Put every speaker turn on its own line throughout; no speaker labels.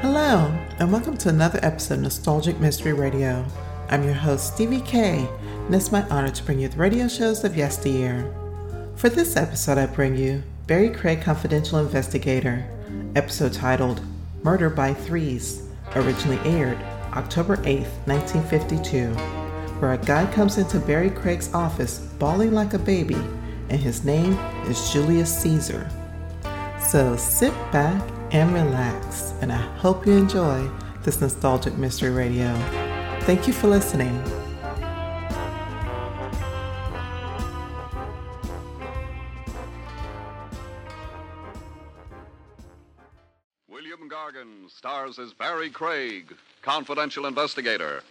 Hello, and welcome to another episode of Nostalgic Mystery Radio. I'm your host, Stevie K, and it's my honor to bring you the radio shows of yesteryear. For this episode, I bring you Barry Craig Confidential Investigator, episode titled Murder by Threes, originally aired October 8, 1952, where a guy comes into Barry Craig's office bawling like a baby, and his name is Julius Caesar. So sit back and relax, and I hope you enjoy this nostalgic mystery radio. Thank you for listening.
William Gargan stars as Barry Craig, confidential investigator.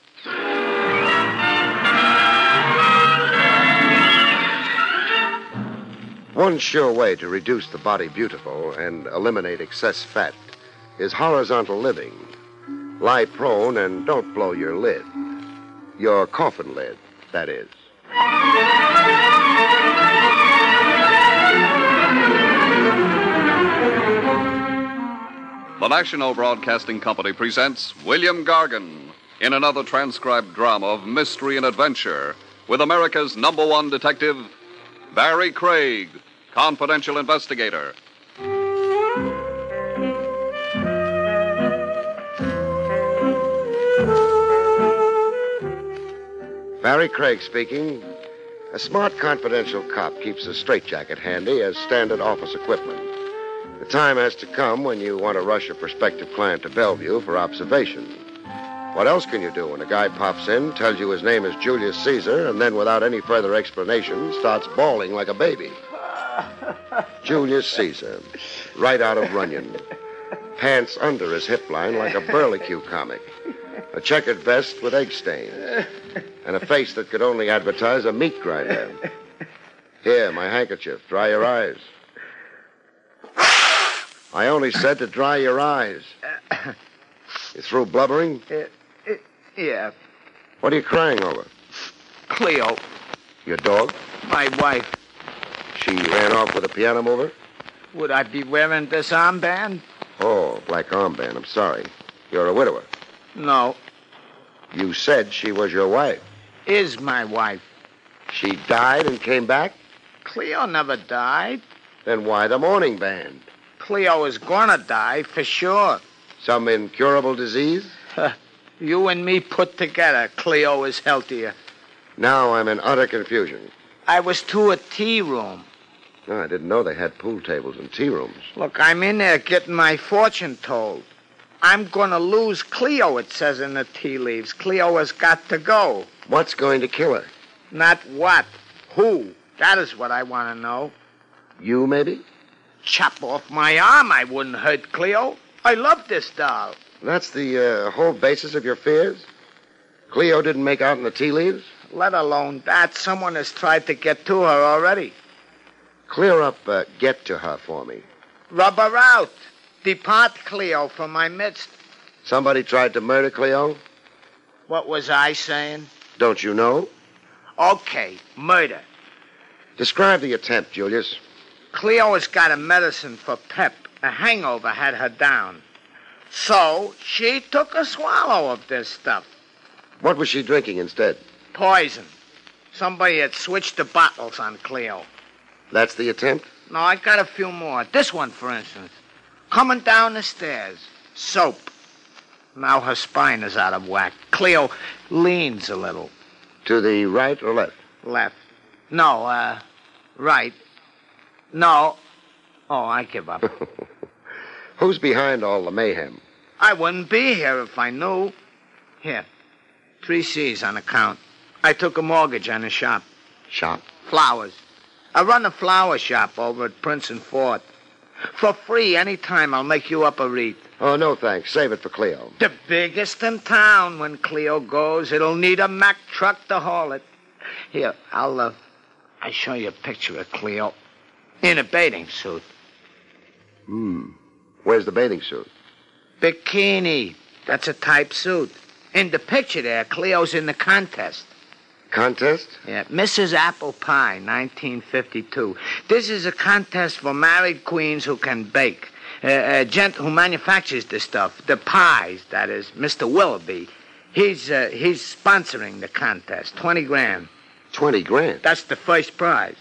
One sure way to reduce the body beautiful and eliminate excess fat is horizontal living. Lie prone and don't blow your lid. Your coffin lid, that is.
The National Broadcasting Company presents William Gargan in another transcribed drama of mystery and adventure with America's number one detective, Barry Craig, confidential investigator.
Barry Craig speaking. A smart, confidential cop keeps a straitjacket handy as standard office equipment. The time has to come when you want to rush a prospective client to Bellevue for observation. What else can you do when a guy pops in, tells you his name is Julius Caesar, and then without any further explanation starts bawling like a baby? Julius Caesar, right out of Runyon. Pants under his hip line like a burlicue comic. A checkered vest with egg stains. And a face that could only advertise a meat grinder. Here, my handkerchief. Dry your eyes. I only said to dry your eyes. You through blubbering?
Yeah,
What are you crying over?
Cleo,
Your dog?
my wife.
She ran off with a piano mover?
Would I be wearing this armband?
Oh, black armband. I'm sorry. You're a widower.
No,
You said she was your wife.
is my wife.
She died and came back?
Cleo never died.
Then why the mourning band?
Cleo is gonna die for sure.
Some incurable disease?
You and me put together, Cleo is healthier.
Now I'm in utter confusion.
I was to a tea room.
No, I didn't know they had pool tables and tea rooms.
Look, I'm in there getting my fortune told. I'm gonna lose Cleo, it says in the tea leaves. Cleo has got to go.
What's going to kill her?
Not what, who. That is what I want to know.
You, maybe?
chop off my arm, I wouldn't hurt Cleo. I love this doll.
That's the uh, whole basis of your fears? Cleo didn't make out in the tea leaves?
Let alone that, someone has tried to get to her already.
Clear up, uh, get to her for me.
Rub her out. Depart, Cleo, from my midst.
Somebody tried to murder Cleo?
What was I saying?
Don't you know?
Okay, murder.
Describe the attempt, Julius.
Cleo has got a medicine for pep. A hangover had her down. So she took a swallow of this stuff.
What was she drinking instead?
Poison. Somebody had switched the bottles on Cleo.
That's the attempt?
No, I got a few more. This one, for instance. Coming down the stairs. Soap. Now her spine is out of whack. Cleo leans a little.
To the right or left?
Left. No, uh, right. No. Oh, I give up.
Who's behind all the mayhem?
I wouldn't be here if I knew. Here. Three C's on account. I took a mortgage on a shop.
Shop.
Flowers. I run a flower shop over at Prince and Fort. For free, any time I'll make you up a wreath.
Oh, no thanks. Save it for Cleo.
The biggest in town. When Cleo goes, it'll need a Mack truck to haul it. Here, I'll uh, I show you a picture of Cleo in a bathing suit,
Where's the bathing suit?
bikini. That's a type suit. In the picture there, Cleo's in the contest.
Contest?
Yeah, Mrs. Apple Pie, 1952. This is a contest for married queens who can bake. uh, a gent who manufactures the stuff, the pies, that is, Mr. Willoughby. He's, uh, he's sponsoring the contest, 20 grand.
20 grand.
That's the first prize.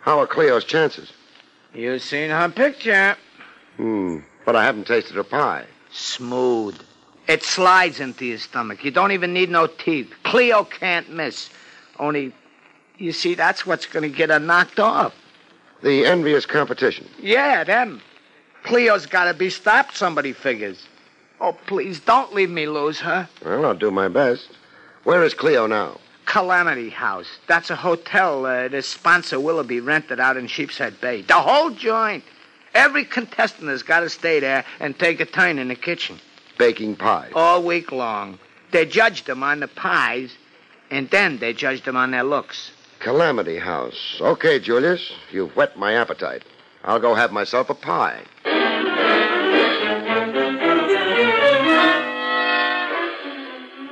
How are Cleo's chances?
You seen her picture.
Hmm. But I haven't tasted her pie.
Smooth. It slides into your stomach. You don't even need no teeth. Cleo can't miss. Only, you see, that's what's going to get her knocked off.
The envious competition.
Yeah, them. Cleo's got to be stopped, somebody figures. Oh, please, don't leave me lose her.
Well, I'll do my best. Where is Cleo now?
Calamity House. That's a hotel uh, the sponsor Willoughby rented out in Sheepshead Bay. The whole joint. Every contestant has got to stay there and take a turn in the kitchen
Baking pie.
all week long. They judged them on the pies, and then they judged them on their looks.
Calamity House. Okay, Julius. You've whet my appetite. I'll go have myself a pie.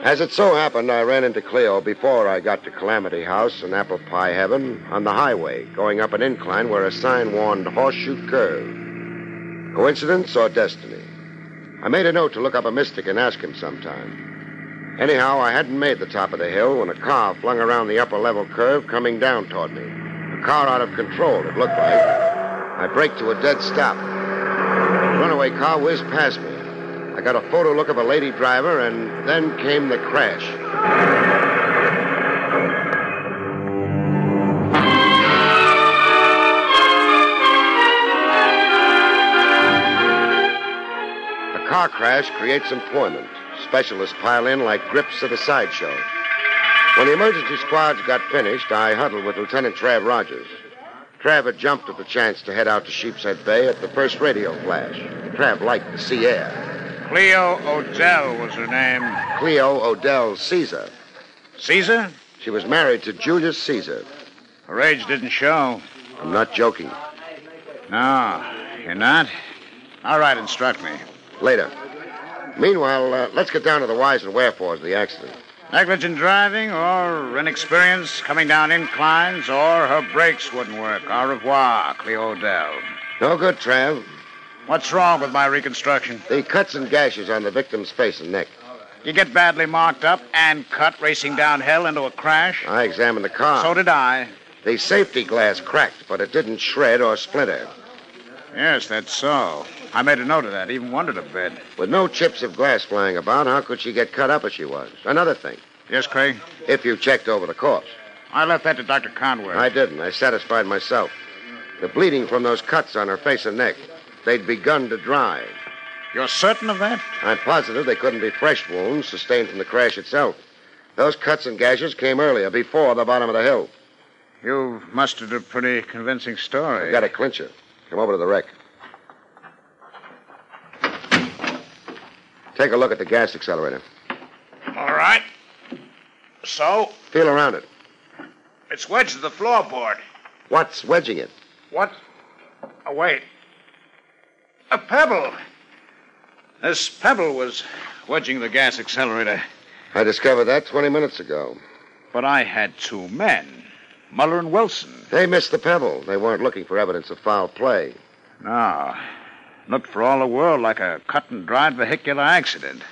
As it so happened, I ran into Cleo before I got to Calamity House in Apple Pie Heaven on the highway, going up an incline where a sign warned Horseshoe Curve. Coincidence or destiny? I made a note to look up a mystic and ask him sometime. Anyhow, I hadn't made the top of the hill when a car flung around the upper level curve coming down toward me. A car out of control, it looked like. I braked to a dead stop. The runaway car whizzed past me. I got a photo look of a lady driver, and then came the crash. A car crash creates employment. Specialists pile in like grips at a sideshow. When the emergency squads got finished, I huddled with Lieutenant Trav Rogers. Trav had jumped at the chance to head out to Sheepshead Bay at the first radio flash. Trav liked the sea air.
Cleo Odell was her name.
Cleo Odell Caesar.
Caesar?
She was married to Julius Caesar.
Her age didn't show.
I'm not joking.
No, you're not? All right, instruct me.
Later. Meanwhile, uh, let's get down to the whys and wherefores of the accident.
Negligent driving or inexperience coming down inclines or her brakes wouldn't work. Au revoir, Cleo Odell.
No good, Trav.
What's wrong with my reconstruction?
The cuts and gashes on the victim's face and neck.
You get badly marked up and cut racing downhill into a crash?
I examined the car.
So did I.
The safety glass cracked, but it didn't shred or splinter.
Yes, that's so. I made a note of that, even wondered a bit.
With no chips of glass flying about, how could she get cut up as she was? Another thing,
Yes, Craig?
if you checked over the corpse.
I left that to Dr. Conway.
I didn't. I satisfied myself. The bleeding from those cuts on her face and neck, they'd begun to dry.
You're certain of that?
I'm positive they couldn't be fresh wounds sustained from the crash itself. Those cuts and gashes came earlier, before the bottom of the hill.
You've mustered a pretty convincing story.
Got a clincher. Come over to the wreck. Take a look at the gas accelerator.
All right. So,
Feel around it.
it's wedged to the floorboard.
What's wedging it?
What? Oh, wait. A pebble. This pebble was wedging the gas accelerator.
I discovered that 20 minutes ago.
But I had two men, Muller and Wilson.
They missed the pebble. They weren't looking for evidence of foul play.
No. Looked for all the world like a cut and dried vehicular accident.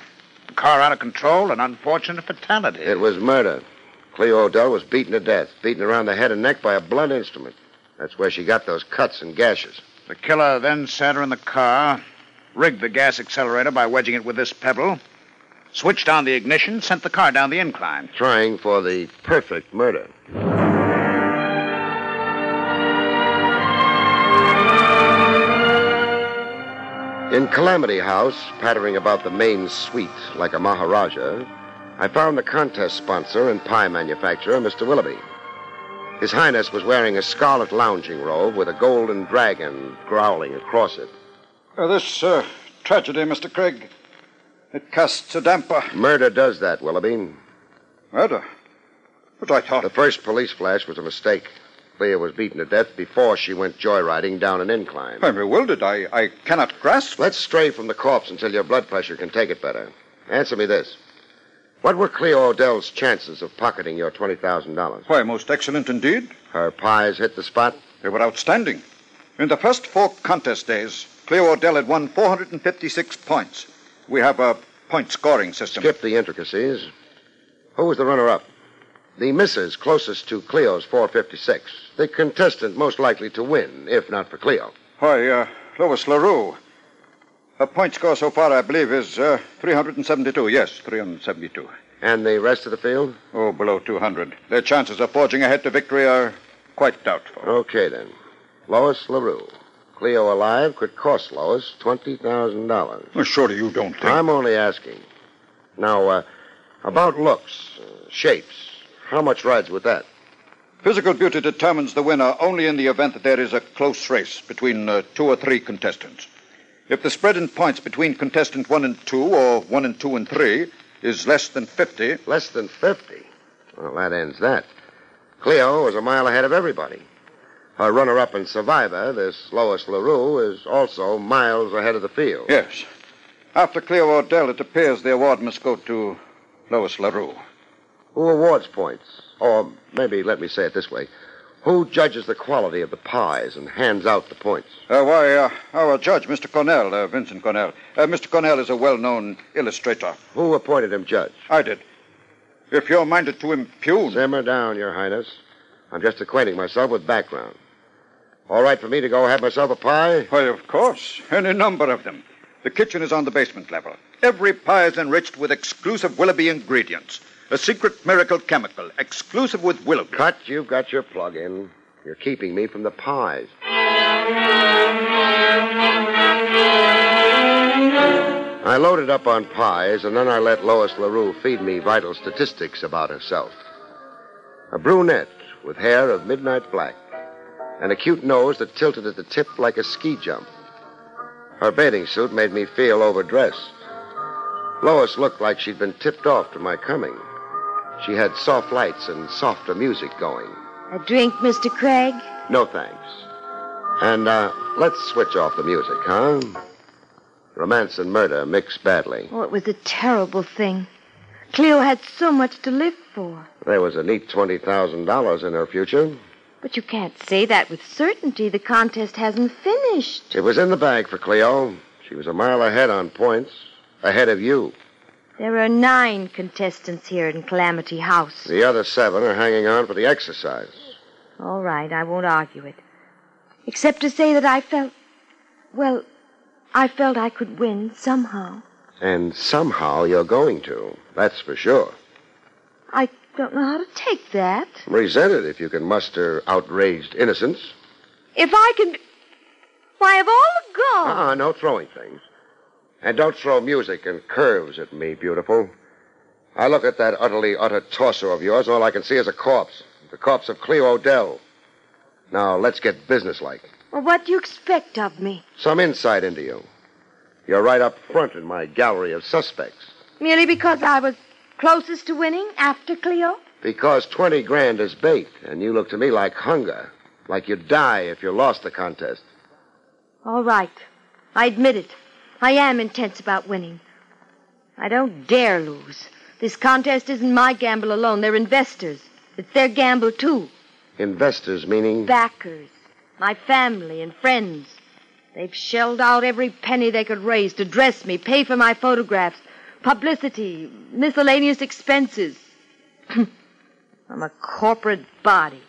The car out of control, an unfortunate fatality.
It was murder. Cleo Odell was beaten to death, beaten around the head and neck by a blunt instrument. That's where she got those cuts and gashes.
The killer then sat her in the car, rigged the gas accelerator by wedging it with this pebble, switched on the ignition, sent the car down the incline.
Trying for the perfect murder. In Calamity House, pattering about the main suite like a Maharaja, I found the contest sponsor and pie manufacturer, Mr. Willoughby. His Highness was wearing a scarlet lounging robe with a golden dragon growling across it.
this uh, tragedy, Mr. Craig, it casts a damper.
Murder does that, Willoughby.
Murder? But I thought.
The first police flash was a mistake. Clea was beaten to death before she went joyriding down an incline.
I'm bewildered. I, I cannot grasp.
Let's stray from the corpse until your blood pressure can take it better. Answer me this. What were Cleo Odell's chances of pocketing your $20,000?
Why, most excellent indeed.
Her pies hit the spot?
They were outstanding. In the first four contest days, Cleo Odell had won 456 points. We have a point scoring system.
Skip the intricacies. Who was the runner up? The missus closest to Cleo's 456. The contestant most likely to win, if not for Cleo.
Hi, uh, Lois LaRue. Her point score so far, I believe, is uh, 372. Yes, 372.
And the rest of the field?
Oh, below 200. Their chances of forging ahead to victory are quite doubtful.
Okay, then. Lois LaRue. Cleo alive could cost Lois $20,000.
Well, surely you don't think.
I'm only asking. Now, uh, about looks, uh, shapes, how much rides with that?
Physical beauty determines the winner only in the event that there is a close race between uh, two or three contestants. If the spread in points between contestant one and two, or one and two and three, is less than 50,
Less than 50. Well, that ends that. Cleo was a mile ahead of everybody. Her runner up and survivor, this Lois LaRue, is also miles ahead of the field.
yes. After Cleo Odell, it appears the award must go to Lois LaRue.
Who awards points? Or maybe let me say it this way who judges the quality of the pies and hands out the points?
Uh, why, uh, our judge, Mr. Cornell, uh, Vincent Cornell. Uh, Mr. Cornell is a well known illustrator.
Who appointed him judge?
I did. If you're minded to impugn.
Simmer down, Your Highness. I'm just acquainting myself with background. All right for me to go have myself a pie?
Why, of course. Any number of them. The kitchen is on the basement level. Every pie is enriched with exclusive Willoughby ingredients. A secret miracle chemical, exclusive with Willoughby.
Cut, you've got your plug in. You're keeping me from the pies. I loaded up on pies, and then I let Lois LaRue feed me vital statistics about herself. A brunette with hair of midnight black, and a cute nose that tilted at the tip like a ski jump. Her bathing suit made me feel overdressed. Lois looked like she'd been tipped off to my coming. She had soft lights and softer music going.
A drink, Mr. Craig?
No thanks. And uh, let's switch off the music, huh? Romance and murder mix badly.
Oh, it was a terrible thing. Cleo had so much to live for.
There was a neat $20,000 in her future.
But you can't say that with certainty. The contest hasn't finished.
It was in the bag for Cleo. She was a mile ahead on points, ahead of you.
There are nine contestants here in Calamity House.
The other seven are hanging on for the exercise.
All right, I won't argue it. Except to say that I felt. Well, I felt I could win somehow.
And somehow you're going to, that's for sure.
I don't know how to take that.
Resent it if you can muster outraged innocence.
If I can. Why, of all the girls.
Ah, no throwing things. And don't throw music and curves at me, beautiful. I look at that utterly utter torso of yours, all I can see is a corpse. The corpse of Cleo Odell. Now, let's get businesslike.
Well, what do you expect of me?
Some insight into you. You're right up front in my gallery of suspects.
Merely because I was closest to winning after Cleo?
Because 20 grand is bait, and you look to me like hunger. Like you'd die if you lost the contest.
All right. I admit it. I am intense about winning. I don't dare lose. This contest isn't my gamble alone. They're investors. It's their gamble, too.
Investors, meaning.
Backers. My family and friends. They've shelled out every penny they could raise to dress me, pay for my photographs, publicity, miscellaneous expenses. I'm a corporate body.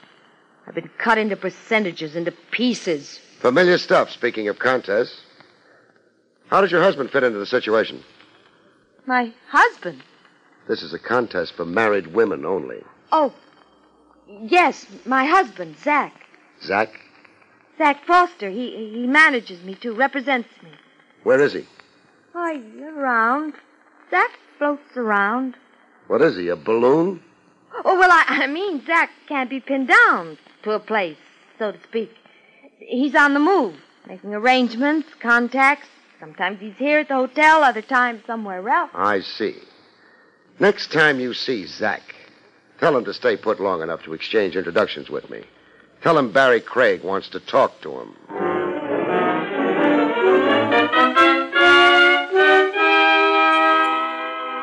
I've been cut into percentages, into pieces.
Familiar stuff, speaking of contests. How does your husband fit into the situation?
My husband.
This is a contest for married women only.
Oh, yes, my husband, Zach.
Zach,
Zach Foster. He he manages me too, represents me.
where is he?
Why, around. Zach floats around.
What is he, a balloon?
Oh well, I, I mean, Zach can't be pinned down to a place, so to speak. He's on the move, making arrangements, contacts. Sometimes he's here at the hotel, other times somewhere else.
I see. Next time you see Zach, tell him to stay put long enough to exchange introductions with me. Tell him Barry Craig wants to talk to him.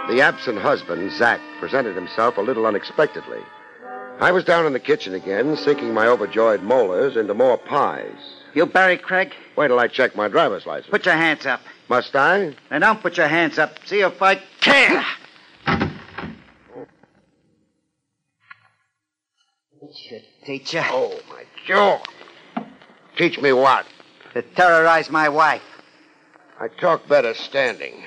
The absent husband, Zach, presented himself a little unexpectedly. I was down in the kitchen again, sinking my overjoyed molars into more pies.
You Barry Craig?
Wait till I check my driver's license.
Put your hands up.
Must I?
Now don't put your hands up. See if I care. Teacher, teacher.
Oh, my jaw. Teach me what?
To terrorize my wife.
I talk better standing.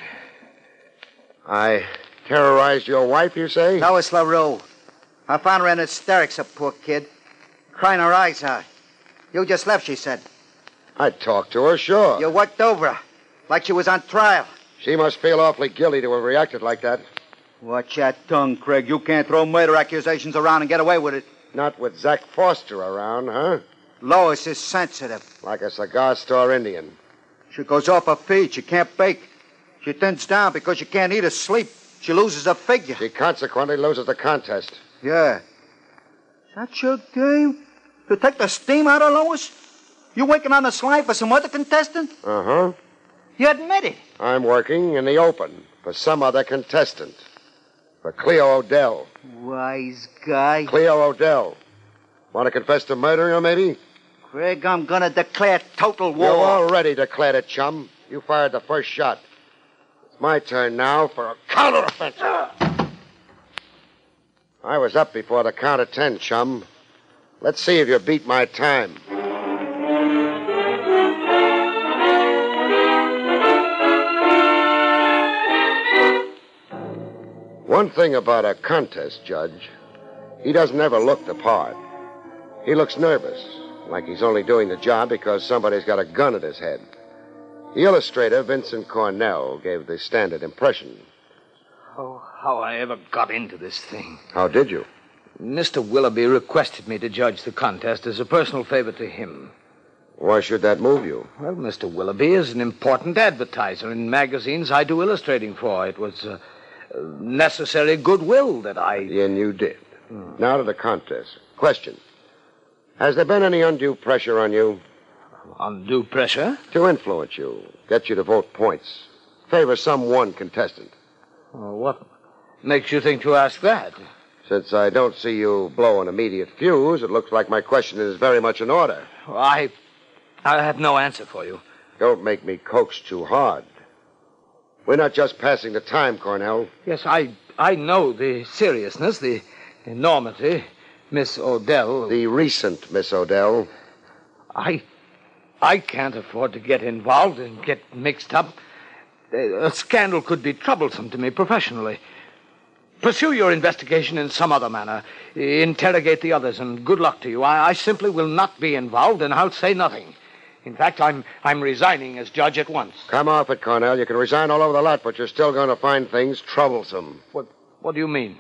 I terrorized your wife, you say?
That was LaRue. I found her in hysterics, a poor kid. Crying her eyes out. You just left, she said.
I talked to her, sure.
You worked over her. Like she was on trial.
She must feel awfully guilty to have reacted like that.
Watch your tongue, Craig. You can't throw murder accusations around and get away with it.
Not with Zack Foster around, huh?
Lois is sensitive.
Like a cigar store Indian.
She goes off her feed. She can't bake. She thins down because she can't eat or sleep. She loses her figure.
She consequently loses the contest.
Yeah. Is that your game? To take the steam out of Lois? You working on the slide for some other contestant?
Uh huh.
You admit it.
I'm working in the open for some other contestant. For Cleo Odell.
Wise guy.
Cleo Odell. Want to confess to murder, or maybe?
Craig, I'm gonna declare total war.
You already declared it, chum. You fired the first shot. It's my turn now for a counteroffensive. I was up before the count of ten, chum. Let's see if you beat my time. One thing about a contest judge, he doesn't ever look the part. He looks nervous, like he's only doing the job because somebody's got a gun at his head. The illustrator, Vincent Cornell, gave the standard impression.
Oh, how I ever got into this thing.
How did you?
Mr. Willoughby requested me to judge the contest as a personal favor to him.
Why should that move you?
Well, Mr. Willoughby is an important advertiser in magazines I do illustrating for. It was uh, necessary goodwill that I.
And you did. Hmm. Now to the contest. Question Has there been any undue pressure on you?
Undue pressure?
To influence you, get you to vote points, favor some one contestant.
Well, Oh, what makes you think to ask that?
Since I don't see you blow an immediate fuse, it looks like my question is very much in order.
Well, I. I have no answer for you.
Don't make me coax too hard. We're not just passing the time, Cornell.
Yes, I. I know the seriousness, the enormity, Miss Odell.
The recent Miss Odell.
I. I can't afford to get involved and get mixed up. A scandal could be troublesome to me professionally. Pursue your investigation in some other manner. Interrogate the others, and good luck to you. I, I, simply will not be involved, and I'll say nothing. In fact, I'm, I'm resigning as judge at once.
Come off it, Cornell. You can resign all over the lot, but you're still going to find things troublesome.
What, what do you mean?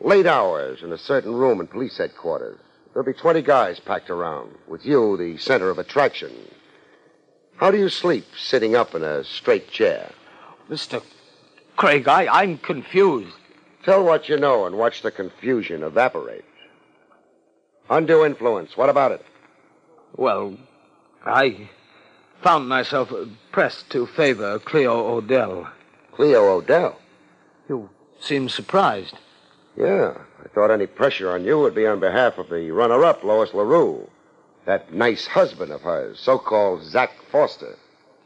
Late hours in a certain room in police headquarters. There'll be 20 guys packed around, with you the center of attraction. How do you sleep sitting up in a straight chair?
Mr. Craig, I, I'm confused.
Tell what you know and watch the confusion evaporate. Undue influence. What about it?
Well, I found myself pressed to favor Cleo Odell.
Cleo Odell?
You seem surprised.
Yeah, I thought any pressure on you would be on behalf of the runner up, Lois LaRue. That nice husband of hers, so called Zack Foster.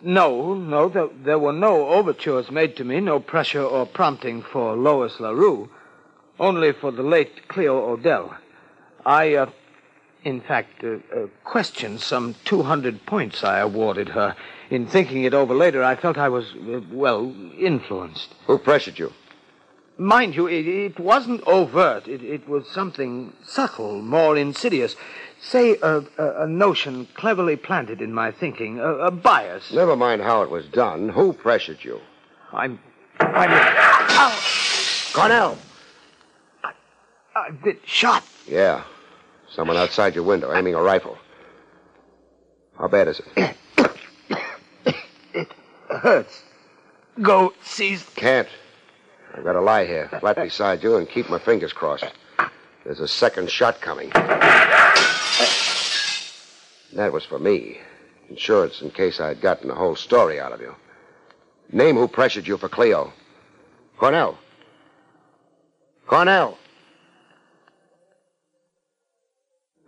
No, no, there, there, were no overtures made to me, no pressure or prompting for Lois LaRue, only for the late Cleo Odell. I, uh, in fact, uh, uh, questioned some 200 points I awarded her. In thinking it over later, I felt I was, uh, well, influenced.
Who pressured you?
Mind you, it, it wasn't overt. It, it, was something subtle, more insidious. Say, a, a, a notion cleverly planted in my thinking, a, a, bias.
Never mind how it was done. Who pressured you?
I'm. I'm. Ow!
Cornell!
I, I've been shot.
Yeah. Someone outside your window aiming a rifle. How bad is it?
it hurts. Go seize.
Can't. I've got to lie here, flat beside you, and keep my fingers crossed. There's a second shot coming. That was for me. Insurance in case I'd gotten the whole story out of you. Name who pressured you for Cleo. Cornell. Cornell.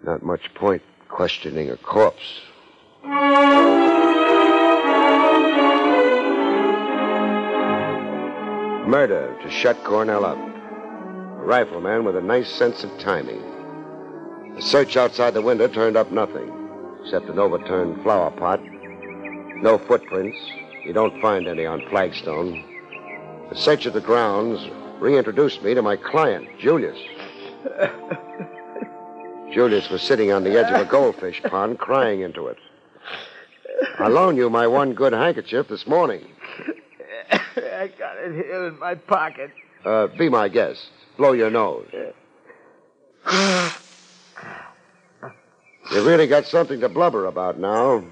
Not much point questioning a corpse. Murder to shut Cornell up. A rifleman with a nice sense of timing. The search outside the window turned up nothing, except an overturned flower pot. No footprints. You don't find any on flagstone. The search of the grounds reintroduced me to my client, Julius. Julius was sitting on the edge of a goldfish pond crying into it. I loaned you my one good handkerchief this morning.
I got it here in my pocket.
Uh, be my guest. Blow your nose. You really got something to blubber about now.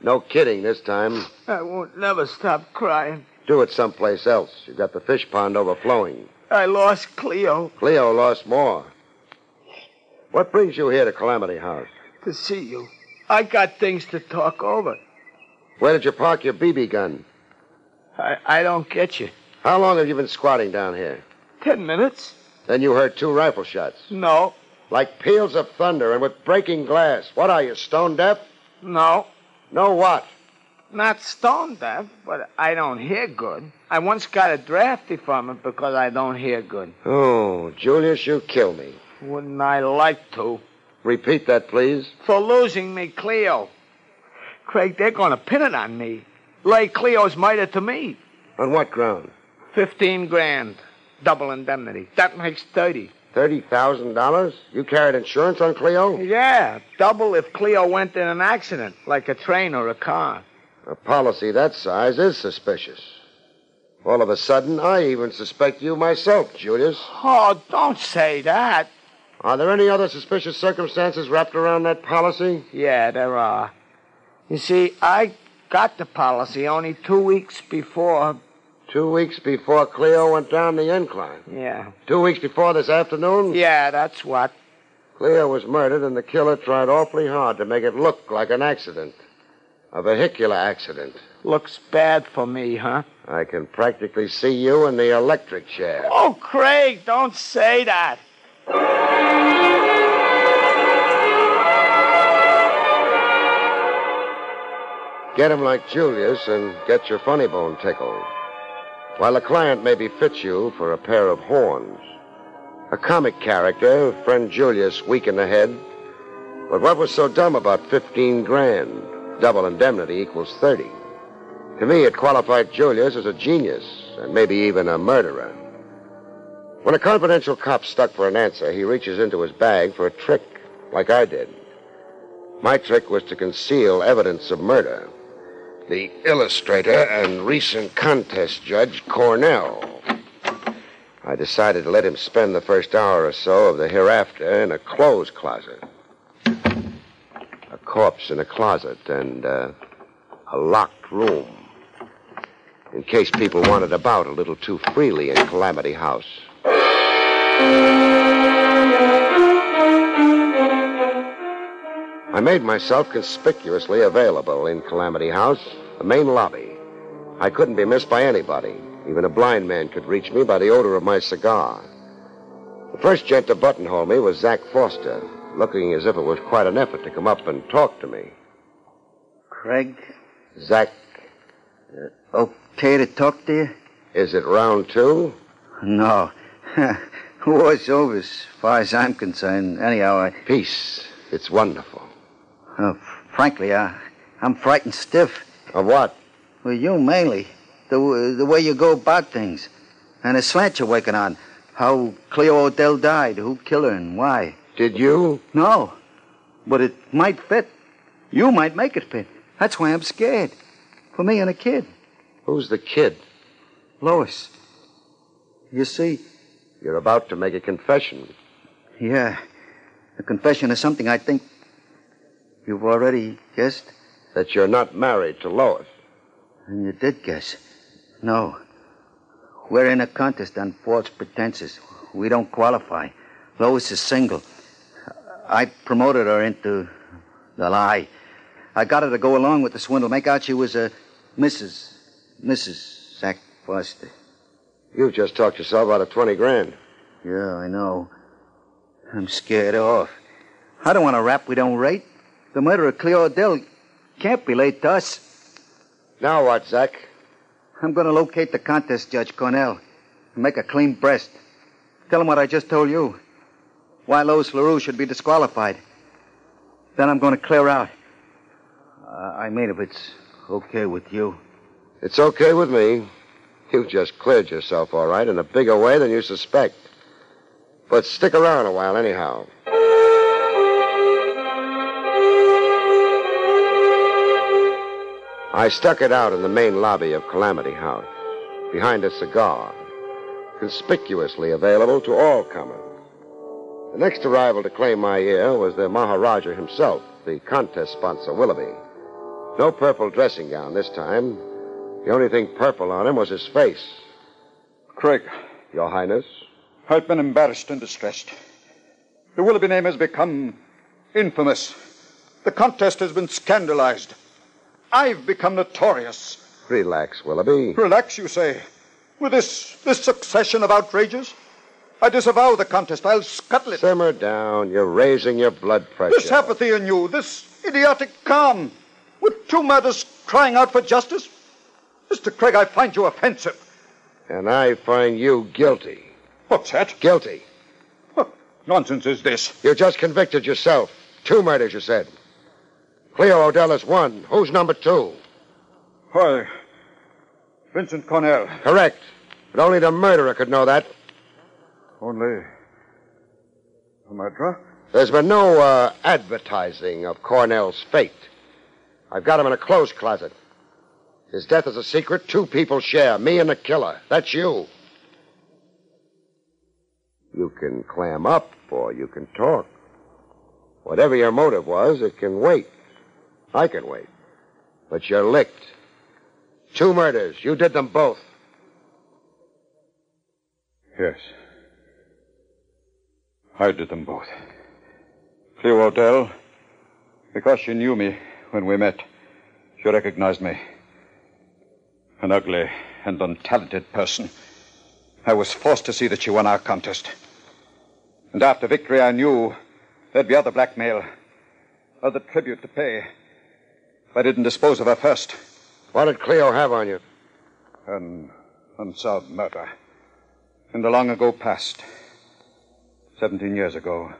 No kidding this time.
I won't never stop crying.
Do it someplace else. You've got the fish pond overflowing.
I lost Cleo
Cleo lost more. What brings you here to Calamity House?
to see you. I got things to talk over.
Where did you park your BB gun?
I, I don't get you.
How long have you been squatting down here?
Ten minutes?
Then you heard two rifle shots.
No,
Like peals of thunder and with breaking glass. What are you, stone deaf?
no.
No what?
Not stone deaf, but I don't hear good. I once got a drafty from it because I don't hear good.
Oh, Julius, you kill me.
Wouldn't I like to?
Repeat that, please.
For losing me, Cleo. Craig, they're going to pin it on me. Lay Cleo's mitre to me.
On what ground?
Fifteen grand. Double indemnity. That makes thirty.
$30,000? You carried insurance on Cleo?
Yeah, double if Cleo went in an accident, like a train or a car.
A policy that size is suspicious. All of a sudden, I even suspect you myself, Julius.
Oh, don't say that.
Are there any other suspicious circumstances wrapped around that policy?
Yeah, there are. You see, I got the policy only two weeks before.
Two weeks before Cleo went down the incline.
Yeah.
Two weeks before this afternoon?
Yeah, that's what.
Cleo was murdered, and the killer tried awfully hard to make it look like an accident. A vehicular accident.
Looks bad for me, huh?
I can practically see you in the electric chair.
Oh, Craig, don't say that.
Get him like Julius and get your funny bone tickled. While a client maybe fits you for a pair of horns. A comic character, friend Julius, weak in the head. But what was so dumb about 15 grand? Double indemnity equals 30. To me, it qualified Julius as a genius and maybe even a murderer. When a confidential cop stuck for an answer, he reaches into his bag for a trick, like I did. My trick was to conceal evidence of murder the illustrator and recent contest judge, Cornell. I decided to let him spend the first hour or so of the hereafter in a clothes closet. A corpse in a closet and uh, a locked room. In case people wandered about a little too freely in Calamity House. I made myself conspicuously available in Calamity House, the main lobby. I couldn't be missed by anybody. Even a blind man could reach me by the odor of my cigar. The first gent to buttonhole me was Zach Foster, looking as if it was quite an effort to come up and talk to me.
Craig, Uh,
Zach,
okay to talk to you?
is it round two?
No. War's over as far as I'm concerned. Anyhow, I,
Peace. It's wonderful.
uh, frankly, I, I'm frightened stiff.
Of what?
Well, you mainly. The, w- the way you go about things. And the slant you're working on. How Cleo Odell died, who killed her, and why.
Did you?
No. But it might fit. You might make it fit. That's why I'm scared. For me and a kid.
Who's the kid?
Lois. You see,
You're about to make a confession.
yeah. A confession is something I think you've already guessed.
That you're not married to Lois.
And you did guess. No. We're in a contest on false pretenses. We don't qualify. Lois is single. I promoted her into the lie. I got her to go along with the swindle, make out she was a Mrs. Mrs. Zach Foster.
You've just talked yourself out of 20 grand.
Yeah, I know. I'm scared off.
I don't want a rap we don't rate. The murder of Cleo Odell can't be laid to us.
Now what, Zach?
I'm going to locate the contest judge, Cornell, and make a clean breast. Tell him what I just told you. Why Lois LaRue should be disqualified. Then I'm going to clear out. Uh, I mean, if it's
Oh,
okay with you.
It's okay with me. You just cleared yourself, all right, in a bigger way than you suspect. But stick around a while, anyhow. I stuck it out in the main lobby of Calamity House, behind a cigar, conspicuously available to all comers. The next arrival to claim my ear was the Maharaja himself, the contest sponsor, Willoughby. No purple dressing gown this time. The only thing purple on him was his face.
Craig,
Your Highness?
I've been embarrassed and distressed. The Willoughby name has become infamous. The contest has been scandalized. I've become notorious.
Relax, Willoughby.
Relax, you say. With this this succession of outrages, I disavow the contest. I'll scuttle it.
Simmer down. You're raising your blood pressure.
This apathy in you, this idiotic calm, with two murders crying out for justice? Mr. Craig, I find you offensive.
And I find you guilty.
What's that?
Guilty.
What nonsense is this?
You just convicted yourself. Two murders, you said. Cleo Odell is one. Who's number two?
Hi. Vincent Cornell.
Correct. But only the murderer could know that.
Only a murderer?
There's been no uh, advertising of Cornell's fate. I've got him in a clothes closet. His death is a secret two people share me and the killer. That's you. You can clam up or you can talk. Whatever your motive was, it can wait. I can wait. But you're licked. Two murders. You did them both.
Yes. I did them both. Cleo Odell, because she knew me when we met, she recognized me. An ugly and untalented person. I was forced to see that she won our contest. And after victory, I knew there'd be other blackmail, other tribute to pay. If I didn't dispose of her first,
What did Cleo have on you?
an unsolved murder in the long ago past. Seventeen years ago.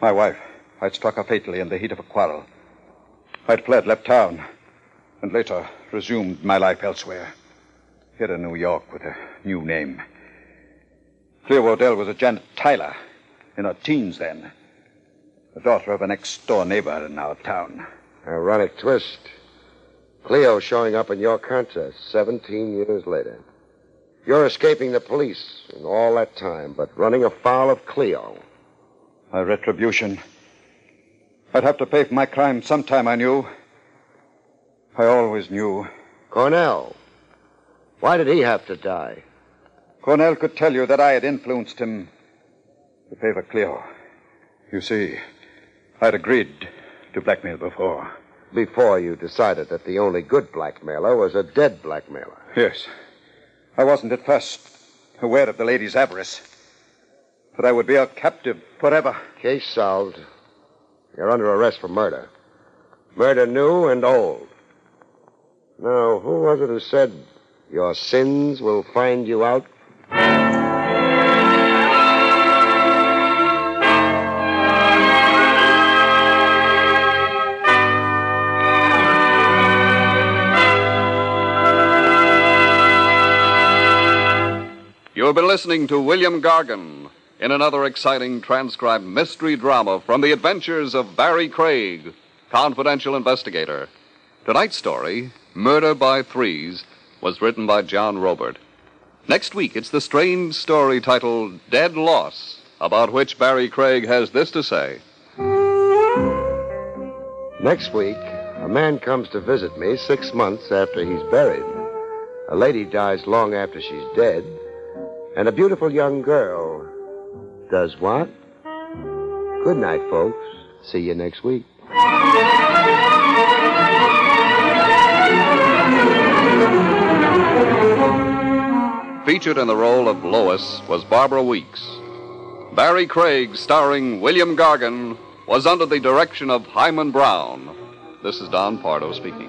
My wife, I'd struck her fatally in the heat of a quarrel. I'd fled, left town, and later resumed my life elsewhere. Here in New York with a new name. Cleo Odell was a Janet Tyler, in her teens then. The daughter of an ex-door neighbor in our town.
Ironic twist. Cleo showing up in your contest 17 years later. You're escaping the police and all that time, but running afoul of Cleo.
My retribution. I'd have to pay for my crime sometime, I knew. I always knew.
Cornell. Why did he have to die?
Cornell could tell you that I had influenced him to favor Cleo. You see, I'd agreed to blackmail before.
Before you decided that the only good blackmailer was a dead blackmailer.
Yes. I wasn't at first aware of the lady's avarice. But I would be her captive forever.
Case solved. You're under arrest for murder. Murder new and old. Now, who was it who said, Your sins will find you out?
You have been listening to William Gargan in another exciting transcribed mystery drama from the adventures of Barry Craig, confidential investigator. Tonight's story, Murder by Threes, was written by John Robert. Next week, it's the strange story titled Dead Loss, about which Barry Craig has this to say.
Next week, a man comes to visit me six months after he's buried. A lady dies long after she's dead. And a beautiful young girl does what? Good night, folks. See you next week.
Featured in the role of Lois was Barbara Weeks. Barry Craig, starring William Gargan, was under the direction of Hyman Brown. This is Don Pardo speaking.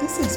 This has